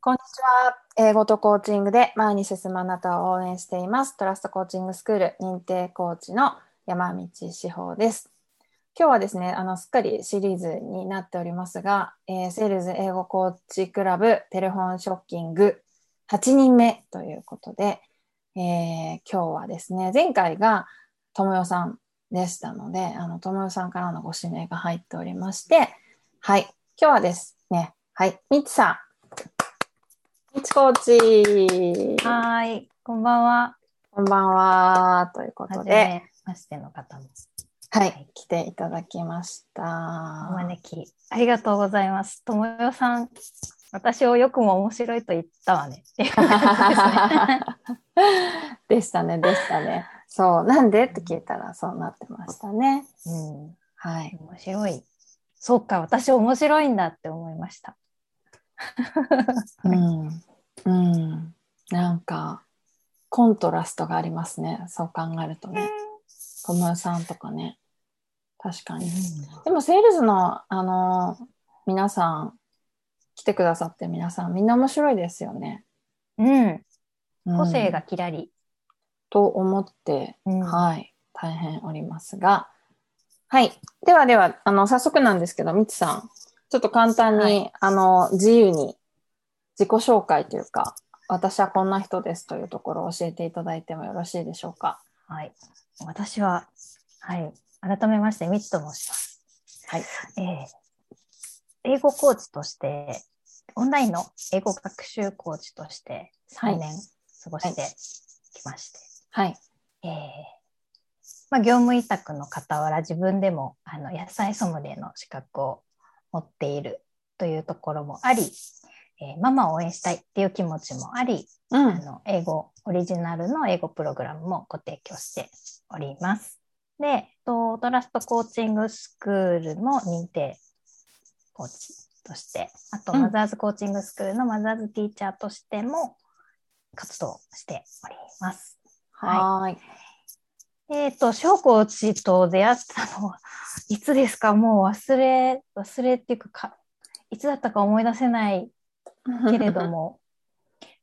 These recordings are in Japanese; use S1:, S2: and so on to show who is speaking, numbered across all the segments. S1: こんにちは。英語とコーチングで前に進むあなたを応援しています。トラストコーチングスクール認定コーチの山道志保です。今日はですね、あのすっかりシリーズになっておりますが、えーセールズ英語コーチクラブテレフォンショッキング8人目ということで、えー今日はですね、前回がともよさんでしたので、あのともよさんからのご指名が入っておりまして、はい、今日はですね、はい、みちさん。みちコーチ、
S2: はーい、こんばんは。
S1: こんばんは、というこ
S2: は
S1: と
S2: じ
S1: で、
S2: めましての方も
S1: はい、来ていただきました。
S2: お招きありがとうございます。ともよさん、私をよくも面白いと言ったわね。っていう感
S1: でしたね、でしたね。そう、なんでって聞いたらそうなってましたね。
S2: じですね
S1: は
S2: う
S1: い。
S2: ん、面白い。そうか、私面白いんだって思いました。
S1: うん。うん。なんか、コントラストがありますね。そう考えるとね。小室さんとかね。確かに。でも、セールスの、あの、皆さん、来てくださってる皆さん、みんな面白いですよね。
S2: うん、
S1: うん
S2: 個性がキラリ。
S1: と思って、
S2: うん
S1: はい、大変おりますが、はい、ではでは、あの早速なんですけど、みちさん、ちょっと簡単に、
S2: は
S1: あの自由に自己紹介というか、私はこんな人ですというところを教えていただいてもよろしいでしょうか。
S2: はい、私は、はい、改めまして、ミッと申します。
S1: はい、
S2: えー英語コーチとして、オンラインの英語学習コーチとして
S1: はい
S2: 3年過ごしてきまして、
S1: はい、
S2: えーまあ、業務委託の傍ら自分でもあの野菜ソムリエの資格を持っているというところもあり、えーママを応援したいっていう気持ちもあり、
S1: うん、
S2: あの英語オリジナルの英語プログラムもご提供しております。で、とトラストコーチングスクールの認定コーチとして、あと
S1: うん
S2: マザーズコーチングスクールのマザーズティーチャーとしても活動しております。
S1: はーい、
S2: えっ、と、翔コーチと出会ったのは、いつですかもう忘れ、忘れっていうかか、いつだったか思い出せないけれども、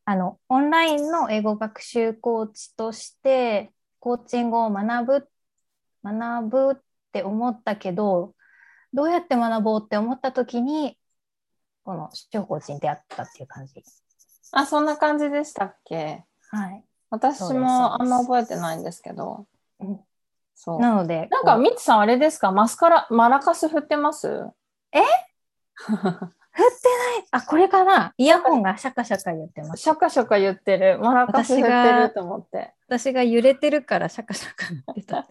S2: あの、オンラインの英語学習コーチとして、コーチングを学ぶ、学ぶって思ったけど、どうやって学ぼうって思った時に、この視聴コーチに出会ったっていう感じ。
S1: あ、そんな感じでしたっけ。
S2: はい。
S1: 私
S2: そうです
S1: もあんま覚えてないんですけど、
S2: うん
S1: そう。
S2: なので、
S1: なんか、
S2: こう
S1: みちさん、あれですか、マスカラ、マラカス振ってます
S2: えあ、これかなイヤホンがシャカシャカ言ってます。
S1: シャカシャカ言ってる。マラカス振ってると思って。
S2: 私が揺れてるからシャカシャカ言ってた。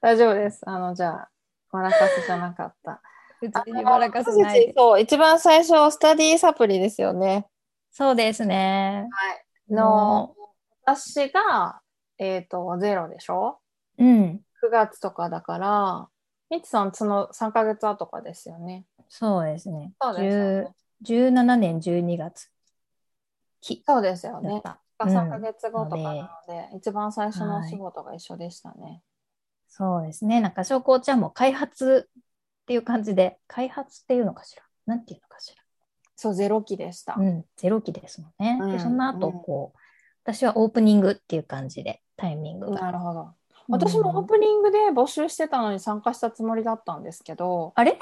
S1: 大丈夫です。あの、じゃあ、マラカスじゃなかった。
S2: 別
S1: あ
S2: に笑かせないで。
S1: そう、一番最初、スタディサプリですよね。
S2: そうですね。
S1: の、私が、えっ、と、ゼロでしょ
S2: うん。
S1: ?9 月とかだから、みちさん、その3ヶ月後とかですよね。
S2: そうですね。
S1: そうですよね。
S2: 17年12月
S1: そうですよ
S2: だっ
S1: ね。
S2: た。うん
S1: 3ヶ月後とかなので、一番最初のお仕事が一緒でしたね。
S2: そうですね。なんか、小紅茶も開発っていう感じで、開発っていうのかしら。なんていうのかし
S1: そう、ゼロ期でした。
S2: ら。うん、ゼロ期ですもんね。
S1: うん
S2: で、その
S1: う
S2: 後、
S1: ん
S2: こう、私はオープニングっていう感じで、タイミングが。
S1: なるほど。私もオープニングで募集してたのに参加したつもりだったんですけど、
S2: あれ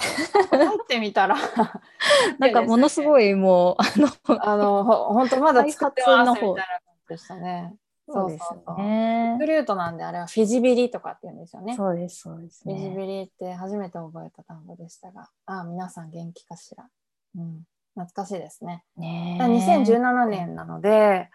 S1: 入ってみた ら、
S2: なんか、ものすごいもう、あ
S1: あの、ほほんとまだ使ってますみたいな
S2: 開発の方
S1: 感じでしたね。
S2: の、
S1: そう
S2: です
S1: そうそう
S2: ね
S1: フ。ルートなんであれはフィジビリとかって言うんですよね。
S2: そうです、そうです
S1: フィジ
S2: ね。
S1: ビリって初めて覚えた単語でしたが、ああ、皆さん元気かしら。うん。懐かしいですね。
S2: ね
S1: 2017年なので、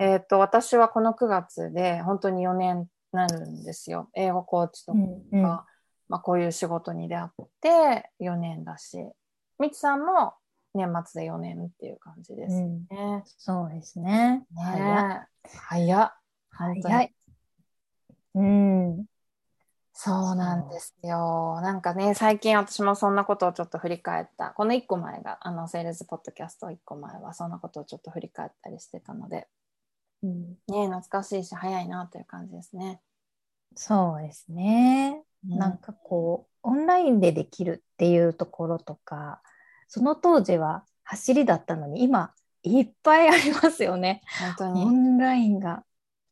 S1: えっ、と、私はこの9月で本当に4年になるんですよ。英語コーチとか
S2: うんうん
S1: まあ、こういう仕事に出会って4年だし、みちさんも年末で4年っていう感じです
S2: う
S1: ね。
S2: ん
S1: ね
S2: そうですね。早
S1: え早っ。
S2: 早い。うん。
S1: そうなんですよ。なんかね、最近私もそんなことをちょっと振り返った。この1個前が、あの、セールズポッドキャスト1個前は、そんなことをちょっと振り返ったりしてたので、
S2: うん
S1: ねえ、懐かしいし、早いなという感じですね。
S2: そうですね。なんかこう、オンラインでできるっていうところとか、その当時は走りだったのに、今、いっぱいありますよね。
S1: 本当
S2: オ
S1: に。
S2: ンラインが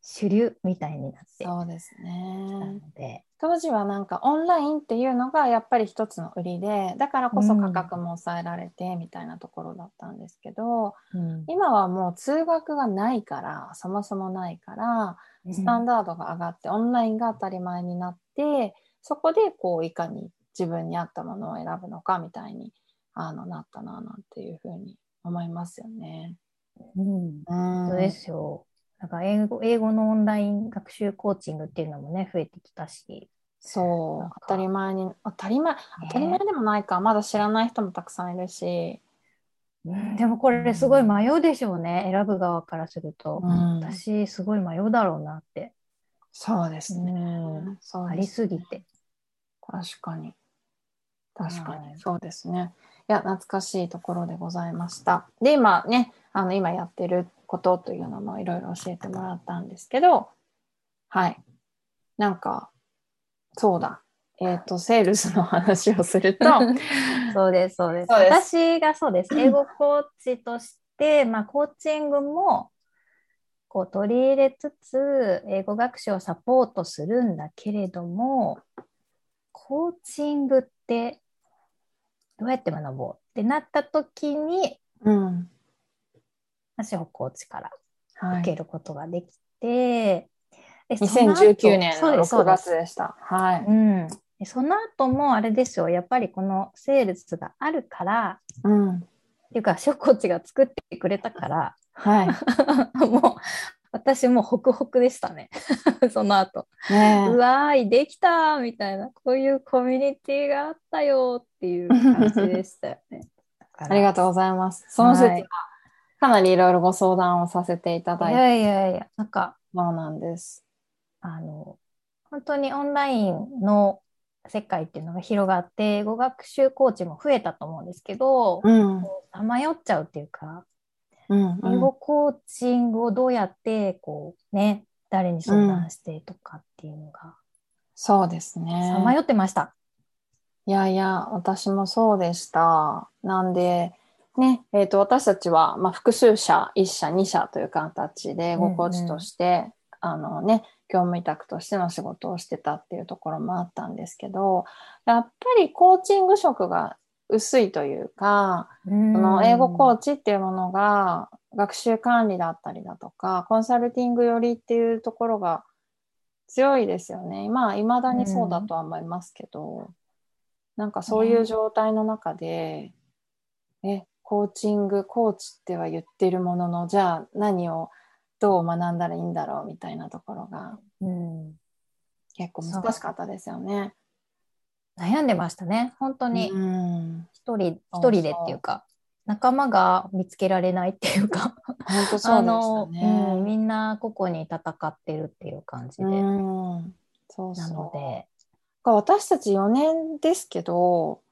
S2: 主流みたいになってき
S1: そうです
S2: た
S1: ね。
S2: ので、
S1: 当時はなんかオンラインっていうのがやっぱり一つの売りで、だからこそ価格も抑えられてみたいなところだったんですけど、
S2: うん
S1: 今はもう通学がないから、そもそもないから、スタンダードが上がってオンラインが当たり前になってそこでこういかに自分に合ったものを選ぶのかみたいにあのなったななんていうふうに思いますよね。
S2: うん
S1: うん
S2: そうですよ。なんか英語英語のオンライン学習コーチングっていうのもね増えてきたし、
S1: そう
S2: なんか
S1: 当たり前に当たり前当たり前でもないか、まだ知らない人もたくさんいるし、
S2: うんでもこれすごい迷うでしょうね選ぶ側からすると、
S1: うん
S2: 私すごい迷うだろうなって、
S1: そうですね。
S2: うん
S1: そう
S2: あ
S1: で
S2: り
S1: す
S2: すぎて。
S1: 確かに確かに、
S2: はい
S1: そうですねいや懐かしいところでございましたで今ねあの今やってることというのもいろいろ教えてもらったんですけどはいなんかそうだえっ、とセールスの話をす ると
S2: そうですそうです
S1: そうで
S2: 私がそう です英語コーチとして、まあ、コーチングもこう取り入れつつ英語学習をサポートするんだけれどもコーチングってどうやって学ぼうってなった時に
S1: うん
S2: 私はコーチから
S1: は
S2: 受け
S1: い
S2: ることができて、でその後
S1: 2019年
S2: そう
S1: の
S2: ですそ
S1: 6
S2: うです
S1: 月でしたはい、
S2: うん、でその後もあれですよやっぱりこのセールスがあるから
S1: うん、
S2: っていうか、ショコーチが作ってくれたから、
S1: はい
S2: もう、私もうホクホクでしたね。 その後。
S1: ね
S2: う
S1: え
S2: わーい、できたーみたいな、こういうコミュニティがあったよーっていう感じでしたよね。
S1: ありが
S2: と
S1: とうございますその説は、
S2: はい
S1: かなりいろいろご相談をさせていただ
S2: い
S1: いて
S2: やいやいや、なんか、
S1: そうなんです
S2: あの、本当にオンラインの世界っていうのが広がって、語学習コーチも増えたと思うんですけど、
S1: うん
S2: さまよっちゃうっていうか、
S1: うん
S2: 英語コーチングをどうやってこうね誰に相談してとかっていうのが
S1: そうです
S2: さま
S1: ね。
S2: よってました。
S1: いやいや、私もそうでした。なんで、ね、えっ、と、私たちは、まあ、複数社、1社、2社という形で、
S2: うんう
S1: ご
S2: ん
S1: コーチとして、あのね、業務委託としての仕事をしてたっていうところもあったんですけど、やっぱりコーチング職が薄いというか、
S2: そ
S1: その英語コ
S2: チ
S1: ーチっていうものが学習管理だったりだとかコンサルティング寄りっていうところが強いですよねまあいまだにそうだとは思いますけど、なんかそういう状態の中で、えコーチングコーチっては言ってるもののじゃあ何をどう学んだらいいんだろうみたいなところが
S2: うん、
S1: 結構難しかったですよね。
S2: 悩んでましたね本当に
S1: うん、
S2: 一人
S1: そう
S2: 一人でっていうか仲間が見つけられないっていう か
S1: 本当そ
S2: あ
S1: うでした
S2: の、
S1: ね。
S2: うんみんな個々に戦ってるっていう感じで、
S1: うん、そうそう
S2: なので
S1: が私たち4年ですけど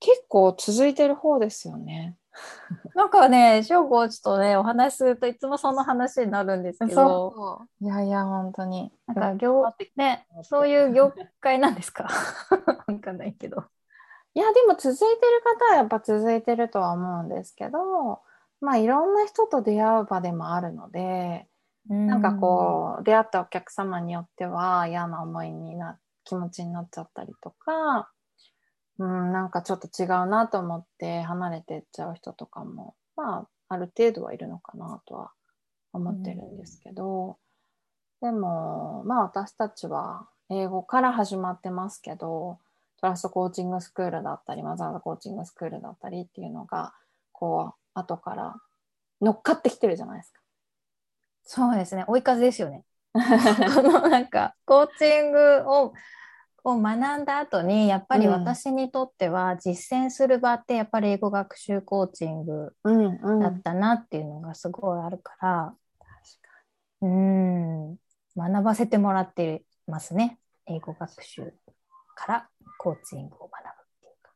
S1: 結構続いてる方ですよね。
S2: なんかね翔吾ちとねお話しするといつもその話になるんですけど
S1: う。いやいや本当に。
S2: なんか 業ねそういう業界なんですか わかんないけど。
S1: いやでも続いてる方はやっぱ続いてるとは思うんですけどまあいろんな人と出会う場でもあるのでな
S2: な
S1: んかこう出会ったお客様によっては嫌な思いにな気持ちになっちゃったりとか、うん、なんかちょっと違うなと思って離れていっちゃう人とかもまあある程度はいるのかなとは思ってるんですけど、でもまあ私たちは英語から始まってますけどトラストコーチングスクールだったりマザーズコーチングスクールだったりっていうのがこう後から乗っかってきてるじゃないですか。
S2: そうですね追い風ですよね。 このなんかコーチングをを学んだ後にやっぱり
S1: うん
S2: 私にとっては実践する場ってやっぱり英語学習コーチング
S1: うんうん
S2: だったなっていうのがすごいあるから、うん、学ばせてもらってますね英語学習からコーチングを学ぶっていうか。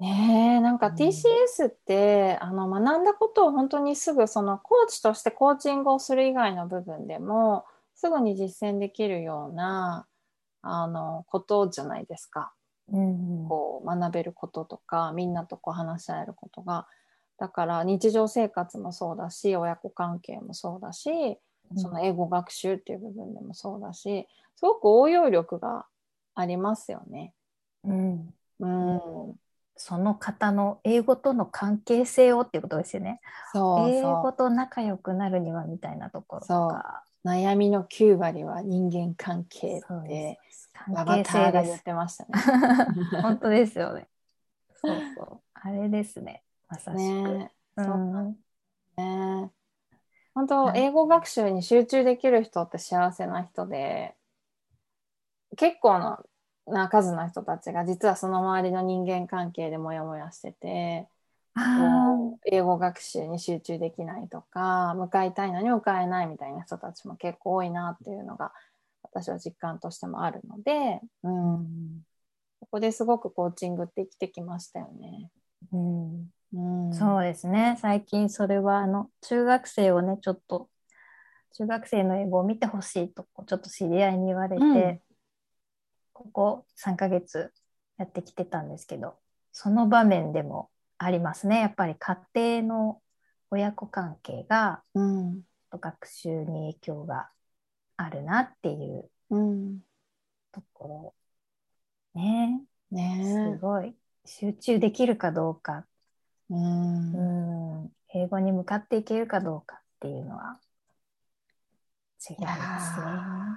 S1: ねえなんか
S2: うん
S1: TCS って、あの学んだことを本当にすぐそのコーチとしてコーチングをする以外の部分でもすぐに実践できるようなあのことじゃないですか
S2: うんうん
S1: こう学べることとかみんなとこう話し合えることがだから日常生活もそうだし親子関係もそうだしその英語学習っていう部分でもそうだしすごく応用力がありますよね。
S2: うん、
S1: うん、
S2: その方の英語との関係性をっていうことですよね。
S1: そう
S2: 英
S1: そ
S2: 語と仲良くなるにはみたいなところとか。
S1: う悩みの9割は人間関係
S2: そ
S1: っ
S2: う
S1: て
S2: です。
S1: バ
S2: 関
S1: バ
S2: 係
S1: ター
S2: 性
S1: が
S2: で
S1: 言っ
S2: す。
S1: てま したね。
S2: 本当ですよね。 そうそう。あれですね。まさしく。
S1: ね
S2: う、
S1: そうんね本当、
S2: はい
S1: 英語学習に集中できる人って幸せな人で結構のな数の人たちが実はその周りの人間関係でモヤモヤしてて
S2: あー
S1: こう英語学習に集中できないとか向かいたいのに向かえないみたいな人たちも結構多いなっていうのが私は実感としてもあるので、うん、ここですごくコーチングって生きてきましたよね。
S2: うん
S1: うん、
S2: そうですね。最近それはあの中学生をねちょっと中学生の英語を見てほしいとこうちょっと知り合いに言われて、
S1: うん
S2: ここ3ヶ月やってきてたんですけど、その場面でもありますね。やっぱり家庭の親子関係が
S1: うん
S2: 学習に影響があるなっていう
S1: うん
S2: ところね。す
S1: ね
S2: ごい集中できるかどうか
S1: え、
S2: う
S1: うん
S2: ん、英語に向かっていけるかどうかっていうのは違い
S1: いや
S2: ますね。
S1: ー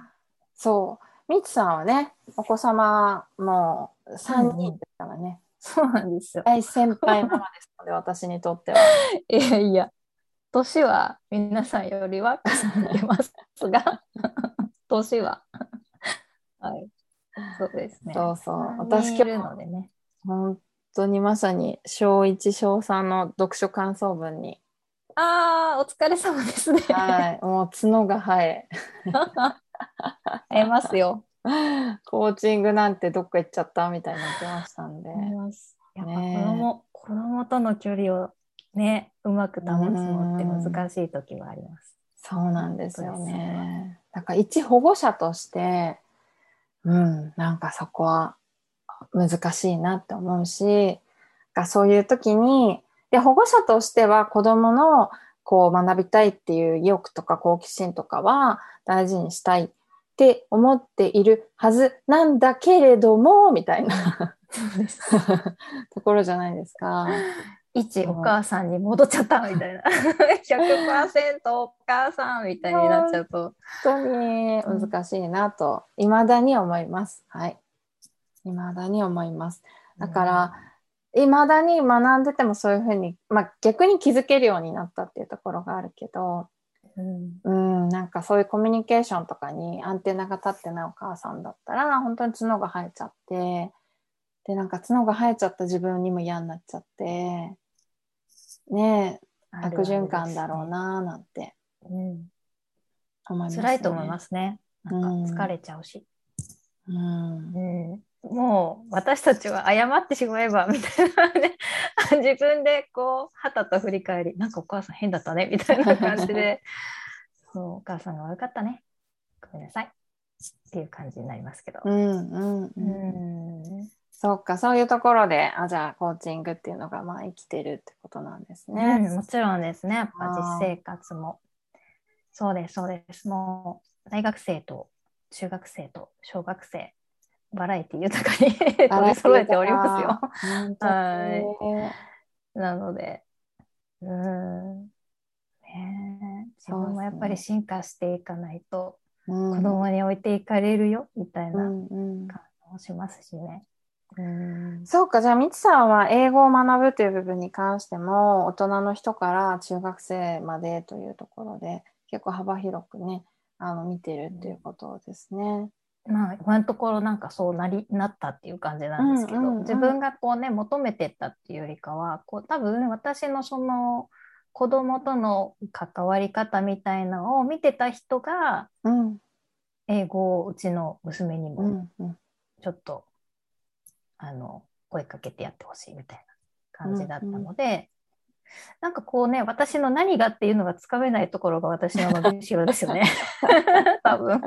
S1: そう、みつさんはね、お子様も3人ですからね、
S2: そうなんですよ。
S1: 大先輩ママですので、私にとって は。
S2: いやいや、年は皆さんよりは重ねてますが、 年は。はい。そうですね。
S1: そうそう、
S2: 私
S1: 私
S2: い
S1: 今
S2: る
S1: 日
S2: のでね。
S1: 本当にまさに小1、小3の読書感想文に、
S2: ああ、お疲れ様ですね。
S1: はい、もう角が生え、
S2: 会えますよ。
S1: コーチングなんてどっか行っちゃったみたいになってましたんで、
S2: 会えます。やっぱ子
S1: ね
S2: 供、子供との距離をね、うまく保つのって難しい時はあります。
S1: そうなんですよ
S2: 本当です
S1: ね
S2: ね。
S1: なんか一保護者として、うん、なんかそこは難しいなって思うし、がそういう時に、で、保護者としては子供のこう学びたいっていう意欲とか好奇心とかは大事にしたいって思っているはずなんだけれども、みたいな
S2: そうです。
S1: ところじゃないですか。
S2: 一
S1: うん
S2: お母さんに戻っちゃった みたいな100%お母さんみたいになっちゃうと
S1: 本当に難しいなと、未だに思います。はい。未だに思います。だから、未だに学んでてもそういうふうに、まあ逆に気づけるようになったっていうところがあるけど、
S2: うん
S1: うん、なんかそういうコミュニケーションとかにアンテナが立ってないお母さんだったら、本当に角が生えちゃって、で、なんか角が生えちゃった自分にも嫌になっちゃって、ねえ、悪循環だろう、なぁなんて
S2: あるあるですね
S1: 思い
S2: うん
S1: ます、ね。。
S2: 辛いと思いますすねなんか疲れちゃうし、
S1: うん
S2: うんもう私たちは謝ってしまえばみたいなね 自分でこうはたと振り返りなんかお母さん変だったねみたいな感じ でそうお母さんが悪かったねごめんなさいっていう感じになりますけど、
S1: うんうんうん
S2: うん
S1: そうかそういうところであじゃあコーチングっていうのがまあ生きてるってことなんですね。
S2: うんもちろんですね。やっぱ
S1: あー
S2: 実生活も。そうです、そうです。もう、大学生と中学生と小学生、バラエティ豊かに
S1: バラエティ豊か
S2: 取り揃えておりますよ。
S1: 本当に
S2: はなので、うーん。ねえ自分もやっぱり進化していかないと、
S1: うん
S2: 子供に置いていかれるよ、みたいうなん感
S1: んうん
S2: じもしますしね。うん。
S1: そうかじゃあみつさんは英語を学ぶという部分に関しても大人の人から中学生までというところで結構幅広くねあの見てるっていうことですね。
S2: まあ、今のところなんかそうなりなったっていう感じなんですけど、
S1: うんうんうん
S2: 自分がこうね求めてったっていうよりかはこう多分私のその子供との関わり方みたいなのを見てた人が
S1: うん
S2: 英語をうちの娘に
S1: う
S2: も
S1: んうん
S2: ちょっと、あの声かけてやってほしいみたいな感じだったので、なんかこうね私の何がっていうのがつかめないところが私の伸びしろです よね多分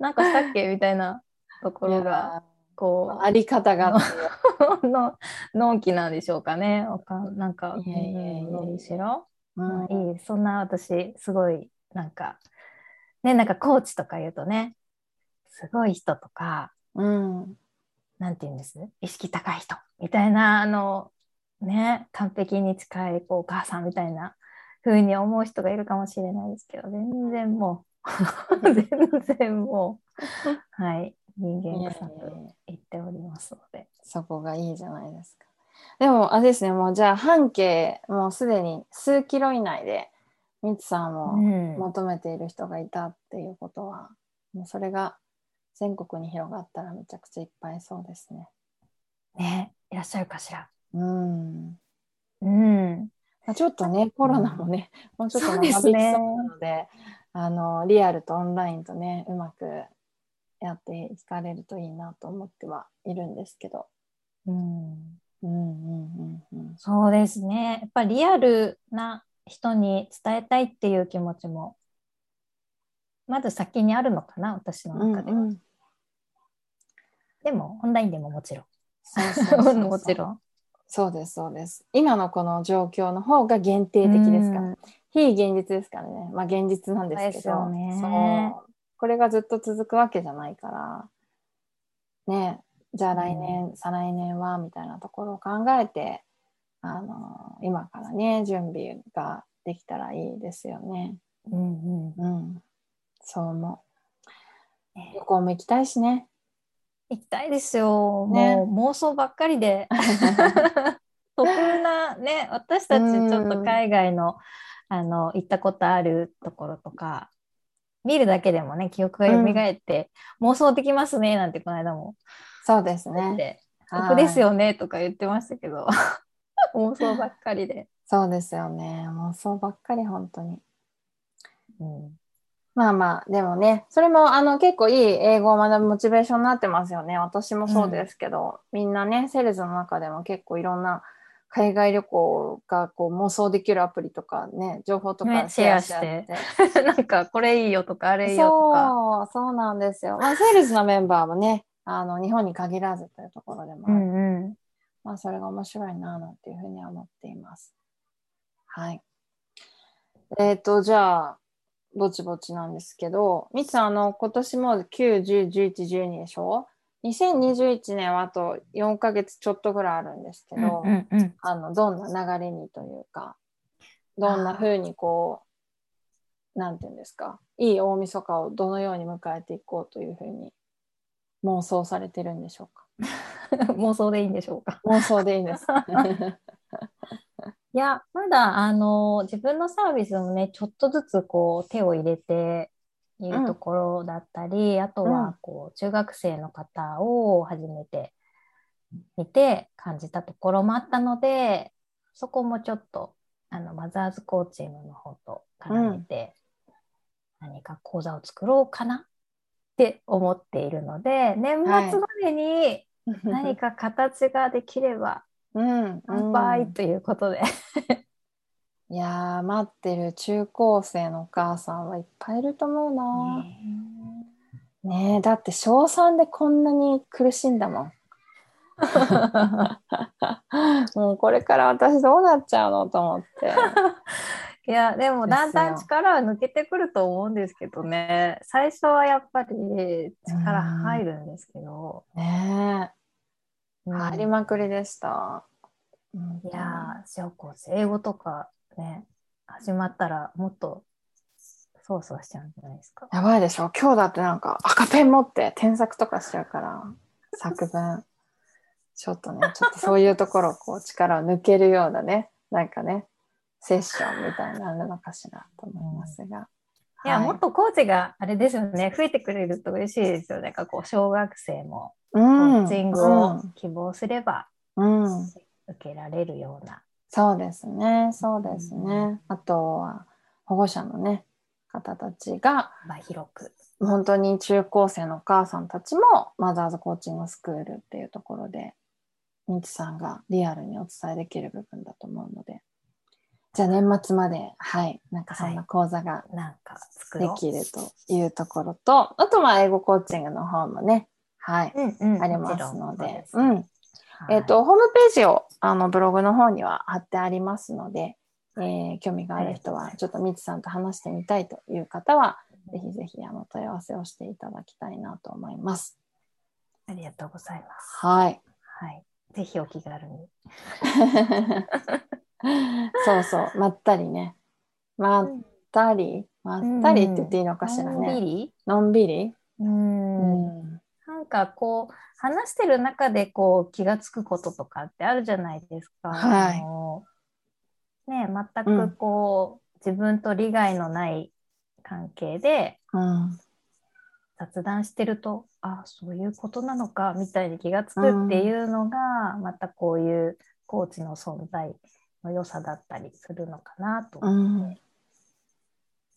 S2: なんかしたっけみたいなところが。
S1: いや
S2: こ
S1: あり方が っていう
S2: う、の、のんきなんでしょうかね。わかんなんか、
S1: いやいやいやいや
S2: どうしろ。
S1: うん
S2: まあいい、そんな私、すごい、なんか、ね、なんかコーチとか言うとね、すごい人とか、
S1: うん。
S2: なんて言うんです意識高い人みたいな、あの、ね、完璧に近いこうお母さんみたいな風に思う人がいるかもしれないですけど、全然も う、全然もう、はい、人間臭
S1: いやいや
S2: く
S1: いや
S2: 言っておりますので。
S1: そこがいいじゃないですか。でも、あれですね、もうじゃあ半径、もうすでに数キロ以内で、みつさん
S2: う
S1: を
S2: ん、
S1: 求めている人がいたっていうことは、もうそれが全国に広がったらめちゃくちゃいっぱいそうですね。
S2: ね、いらっしゃるかしら。
S1: うん。
S2: うん、
S1: まあ、ちょっとね、コロナもね、もうちょっと長引き
S2: そ
S1: そうう
S2: ですね
S1: なので、あの、リアルとオンラインとね、うまくやっていかれるといいなと思ってはいるんですけど。
S2: うん。
S1: うんうんうんうん。
S2: そうですね。やっぱりリアルな人に伝えたいっていう気持ちも、まず先にあるのかな、私の中では。
S1: うんうん
S2: でも、オンラインでもも ちろん。
S1: そうそうそうそう
S2: もちろん。
S1: そうです、そうです。今のこの状況の方が限定的ですから、
S2: うん
S1: 非現実ですからね。まあ現実なんですけど。
S2: そうですよね
S1: そうこれがずっと続くわけじゃないから、ね、じゃあ来年、再来年はみたいなところを考えて、あの、今からね、準備ができたらいいですよね。
S2: うんうん
S1: うん。そう思う
S2: ね。
S1: 旅行も行きたいし ね。
S2: 行きたいですよ。
S1: ね
S2: もう妄想ばっかり で。得なね、私たちちょっと海外の、あの、行ったことあるところとか、見るだけでもね、記憶が蘇って、妄想できますね、なんてこの間も
S1: そうです
S2: 言っ
S1: ね。
S2: て、得ですよねとか言ってましたけど、妄想ばっかりで。
S1: そうですよね。妄想ばっかり、本当に。
S2: うん、
S1: まあまあ、でもね、それもあの結構いい英語を学ぶモチベーションになってますよね。私もそうですけど、みんなね、セレズの中でも結構いろんな海外旅行がこう妄想できるアプリとかね、情報とか
S2: ね
S1: シェアし合って。
S2: シ なんか、これいいよとか、あれいいよとか。
S1: そう、そうなんですよ。まあ、セレズのメンバーもね、あの、日本に限らずというところでもあ
S2: う
S1: る、
S2: んうん。
S1: まあ、それが面白いな、なんていうふうには思っています。はい。えっ、と、じゃあ、ぼちぼちなんですけど、みつさん、あの、今年も9、10、11、12でしょ ?2021 年はあと4ヶ月ちょっとぐらいあるんですけど、
S2: うんうん
S1: あの、どんな流れにというか、どんなふうにこう、なんていうんですか、いい大晦日をどのように迎えていこうというふうに妄想されてるんでしょうか
S2: 妄想でいいんでしょうか。
S1: 妄想でいいんです。
S2: いや、まだ、あの、自分のサービスもね、ちょっとずつこう、手を入れているところだったり、あと
S1: うん
S2: は、こう、中学生の方を初めて見て感じたところもあったので、そこもちょっと、あの、マザーズコーチングの方と絡めて、何か講座を作ろうかなって思っているので、年
S1: はい
S2: 末までに 何か形ができれば、
S1: うん、
S2: 乾
S1: う
S2: 杯
S1: ん
S2: ということで。
S1: いやー待ってる中高生のお母さんはいっぱいいると思うな、ねえだって小3でこんなに苦しんだもん もうこれから私どうなっちゃうのと思って
S2: いや、でもだんだん
S1: ですよ
S2: 力は抜けてくると思うんですけどね。最初はやっぱり力入るんですけど。
S1: ねえ
S2: うん
S1: 入りまくりでした、うん
S2: いやー、小高生、英語とかね、始まったらもっとそうそうしちゃうんじゃないですか。
S1: やばいでしょ今日だってなんか赤ペン持って添削とかしちゃうから作文ちょっとねちょっとそういうところをこう力を抜けるようなねなんかねセッションみたいになるのかしらと思いますが、
S2: いや、
S1: はい
S2: もっとコーチがあれですよね、増えてくれると嬉しいですよね。なんかこう、小学生も
S1: コ
S2: コーチングを希望すれば
S1: うん、うん
S2: 受けられるような。
S1: そうですねそうですね、
S2: う
S1: あとは保護者のね方たちが
S2: 幅広く。
S1: 本当に中高生のお母さんたちもマザーズコーチングスクールっていうところでみちさんがリアルにお伝えできる部分だと思うのでじゃあ年末まではいなんかそんな講座が
S2: なんか作
S1: で
S2: ろう。
S1: きるというところと、あとまあ英語コーチングの方もねはい、
S2: うんうん
S1: ありますので、
S2: う。
S1: うんん、えっ、と、ホームページをあのブログの方には貼ってありますので、えー興味がある人は、ちょっとみつさんと話してみたいという方は、ぜひぜひあの問い合わせをしていただきたいなと思います。
S2: ありがとうございます。
S1: はい。
S2: はい。ぜひお気軽に。
S1: そうそう、まったりね。まったり、まったりって言っていいのかしら
S2: のん
S1: ね。
S2: びり
S1: のんびり。
S2: うん。
S1: うん
S2: なんかこう、話してる中でこう気がつくこととかってあるじゃないですか。
S1: はい
S2: あのね、全
S1: う
S2: く
S1: ん
S2: こう、自分と利害のない関係で
S1: うん
S2: 雑談してると、あそういうことなのかみたいに気がつくっていうのが、またこういうコーチの存在の良さだったりするのかなと。
S1: うん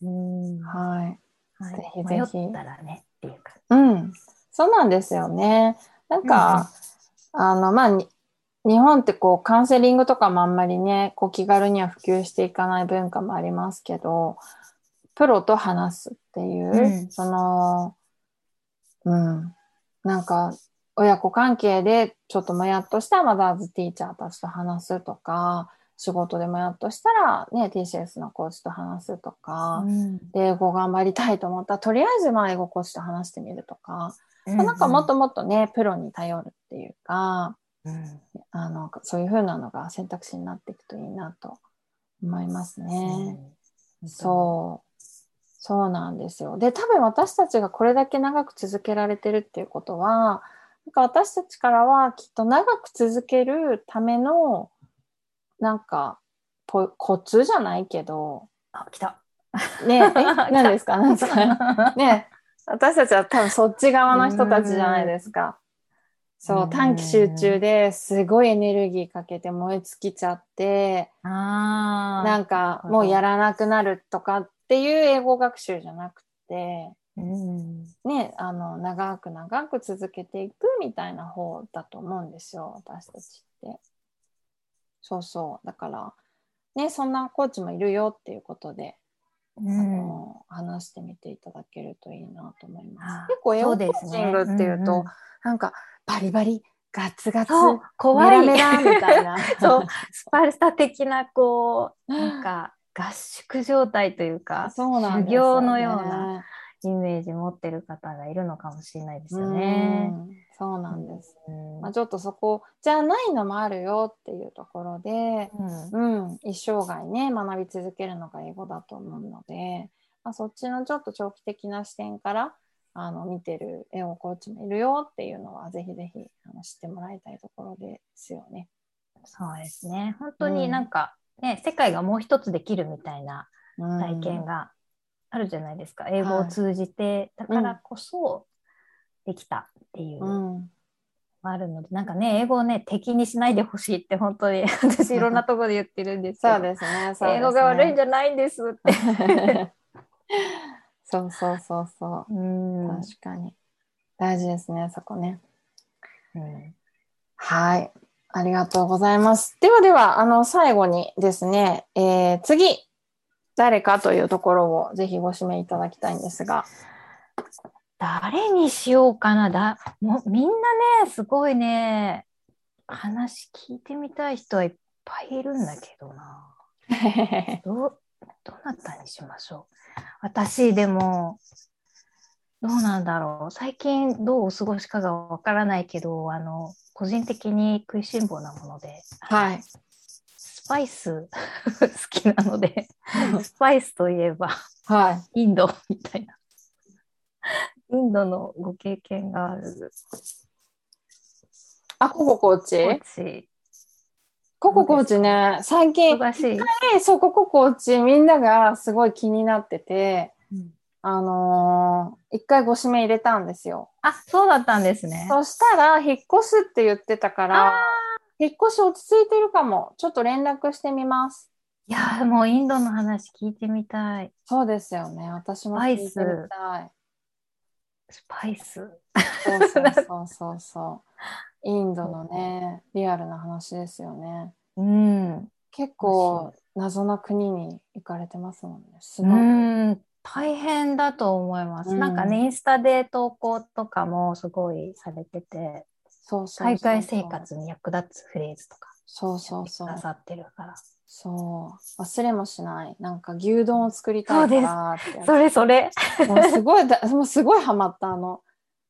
S2: うん
S1: はい。
S2: はい
S1: ぜひぜひ
S2: 迷ったらねっていうか。
S1: うん、そうなんですよね。なんか、あの、まあ、に日本ってこう、カウンセリングとかもあんまりね、こう、気軽には普及していかない文化もありますけど、プロと話すっていう、
S2: うん
S1: その、うん、なんか、親子関係でちょっともやっとしたらマザーズティーチャーたちと話すとか、仕事でもやっとしたらね、TCS のコーチと話すとか、で英語頑張りたいと思ったらとりあえずまあ英語講師と話してみるとか、まあなんかもっともっとねプロに頼るっていうか
S2: うん
S1: あのそういう風なのが選択肢になっていくといいなと思いますね。そうそうなんですよで多分私たちがこれだけ長く続けられてるっていうことはなんか私たちからはきっと長く続けるためのなんかポコツじゃないけど
S2: あ、来た。
S1: ねえ何ですか何ですか ね私たちは多分そっち側の人たちじゃないですか。そうう、
S2: ん
S1: 短期集中ですごいエネルギーかけて燃え尽きちゃって、
S2: あ
S1: なんかもうやらなくなるとかっていう英語学習じゃなくて、
S2: うん。
S1: ね、あの、長く長く続けていくみたいな方だと思うんですよ、私たちって。そうそう。だから、ね、そんなコーチもいるよっていうことで、
S2: う
S1: あ
S2: ん。
S1: の話してみていただけるといいなと思いま
S2: あ
S1: す。結構英
S2: そ
S1: 語
S2: う
S1: コ
S2: です
S1: ー
S2: ね
S1: チングっていうと
S2: うんうん
S1: なんかバリバリガツガツ
S2: そう、
S1: メ
S2: 怖
S1: ラ
S2: い。
S1: メラみ たいな。
S2: そう、スパルタ的な、こう、なんか、合宿状態というか、
S1: そうなんです
S2: 修行
S1: よね
S2: のようなイメージ持ってる方がいるのかもしれないですよ
S1: う
S2: ね。
S1: んそうなんです。
S2: うん
S1: まあ、ちょっとそこじゃないのもあるよっていうところで、
S2: うん
S1: うん、一生涯ね学び続けるのが英語だと思うので、まあ、そっちのちょっと長期的な視点からあの見てる英語コーチもいるよっていうのはぜひぜひあの知ってもらいたいところですよね。
S2: そうですね。本当になんか、ね、世界がもう一つできるみたいな
S1: うん
S2: 体験があるじゃないですか、英語を通じて、だからこそできたっていう
S1: う
S2: の
S1: ん、
S2: もあるので、なんかね英語をね敵にしないでほしいって本当に私いろんなところで言ってるんですけど
S1: そうですね。そうですね
S2: 英語が悪いんじゃないんですって。
S1: そうそうそうそうう。
S2: んうん
S1: 確かに。大事ですね、そこね。はい。ありがとうございます。ではでは、あの、最後にですね、えー次、誰かというところをぜひご指名いただきたいんですが。
S2: 誰にしようかなだもうみんなねすごいね話聞いてみたい人はいっぱいいるんだけどな。どう、どなたにしましょう。私、でも、どうなんだろう。最近どうお過ごしかがわからないけど、あの、個人的に食いしん坊なもので、
S1: はい。
S2: スパイス 好きなので、スパイスといえば
S1: はい。
S2: インドみたいな。インドのご経験がある
S1: あ、コココー
S2: コ
S1: チ
S2: ーチ、
S1: コココーチね、最近、
S2: 忙しい。
S1: そう、コココーチ、みんながすごい気になってて、
S2: うん
S1: あのー一回ご指名入れたんですよ。
S2: あ、そうだったんですね。
S1: そしたら、引っ越すって言ってたから、引っ越し落ち着いてるかも。ちょっと連絡してみます。
S2: いやー、もうインドの話聞いてみたい。
S1: そうですよね。私も聞いてみたい。
S2: スパイス。
S1: そうそうそうそうそう。インドのね、リアルな話ですよね。
S2: うん。
S1: 結構謎な国に行かれてますもんね。す
S2: う
S1: ごい。
S2: ーん、大変だと思います。
S1: うん
S2: なんかね、インスタで投稿とかもすごいされてて、
S1: そうそうそう
S2: 海外生活に役立つフレーズとか、
S1: そうそうそ
S2: く
S1: う
S2: ださってるから。
S1: そう忘れもしないなんか牛丼を作りたいからってやつ
S2: それそれ。
S1: もうすごいだもうすごいハマったあの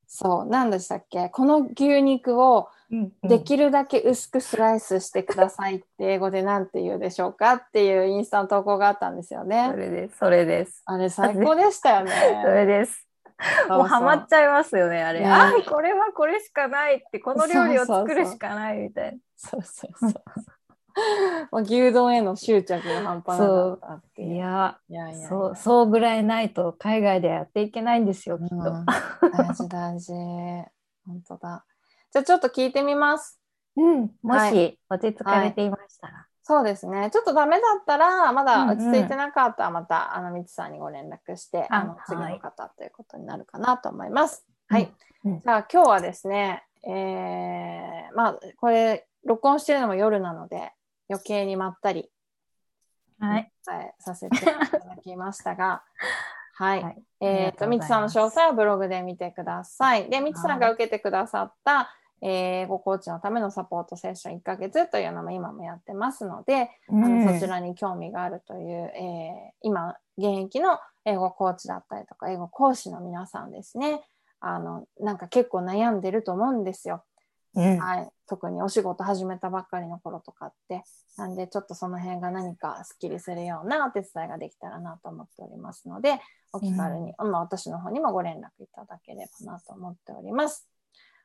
S1: そう何でしたっけこの牛肉をできるだけ薄くスライスしてくださいって英語でなんて言うでしょうかっていうインスタの投稿があったんですよ
S2: そ
S1: ね。
S2: れです、それです。
S1: あれ最高でしたよ
S2: そ
S1: ね。
S2: れです。
S1: そう
S2: もうハマっちゃいますよね、あれ。
S1: ね
S2: あーこれはこれしかないって、この料理を
S1: そうそうそう
S2: 作るしかないみたい
S1: そうそうそうそう。もう牛丼への執着が半端なかったってい
S2: な。
S1: う。
S2: や、
S1: いやいやいや
S2: そう、そうぐらいないと海外ではやっていけないんですよ、きっ
S1: うん
S2: と。
S1: 大事大事。本当だ。じゃあちょっと聞いてみます。
S2: うん、も
S1: は
S2: し落ち着かれていましたら。
S1: そうですね。ちょっとダメだったら、まだ
S2: うんう
S1: 落
S2: ん
S1: ち着いてなかったら、また、あの、みつさんにご連絡して、
S2: あ
S1: あの、次
S2: は
S1: の
S2: い
S1: 方ということになるかなと思います。はい。
S2: うん
S1: じゃあ今日はですね、えー、まあこれ録音してるのも夜なので余計にまったり
S2: はい。
S1: お伝えさせていただきました が、はい。
S2: はい
S1: えっ、と、
S2: ありがとうございます
S1: みつさんの詳細はブログで見てください。で、みつさんが受けてくださった、えー、ごコーチのためのサポートセッション1ヶ月というのも今もやってますので、あのそちらに興味があるという、えー今現役の英語コーチだったりとか英語講師の皆さんですねあのなんか結構悩んでると思うんですよ、
S2: うん
S1: はい、特にお仕事始めたばっかりの頃とかってなんでちょっとその辺が何かすっきりするようなお手伝いができたらなと思っておりますのでお気軽に、まあ、私の方にもご連絡いただければなと思っております。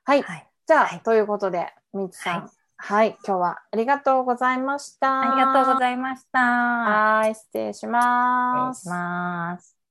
S1: はい、
S2: はい。
S1: じゃあ、
S2: はい
S1: ということでみつさん、
S2: は
S1: はい今日はありがとうございました。
S2: ありがとうございました。
S1: はい、失礼します
S2: 失礼し。ます。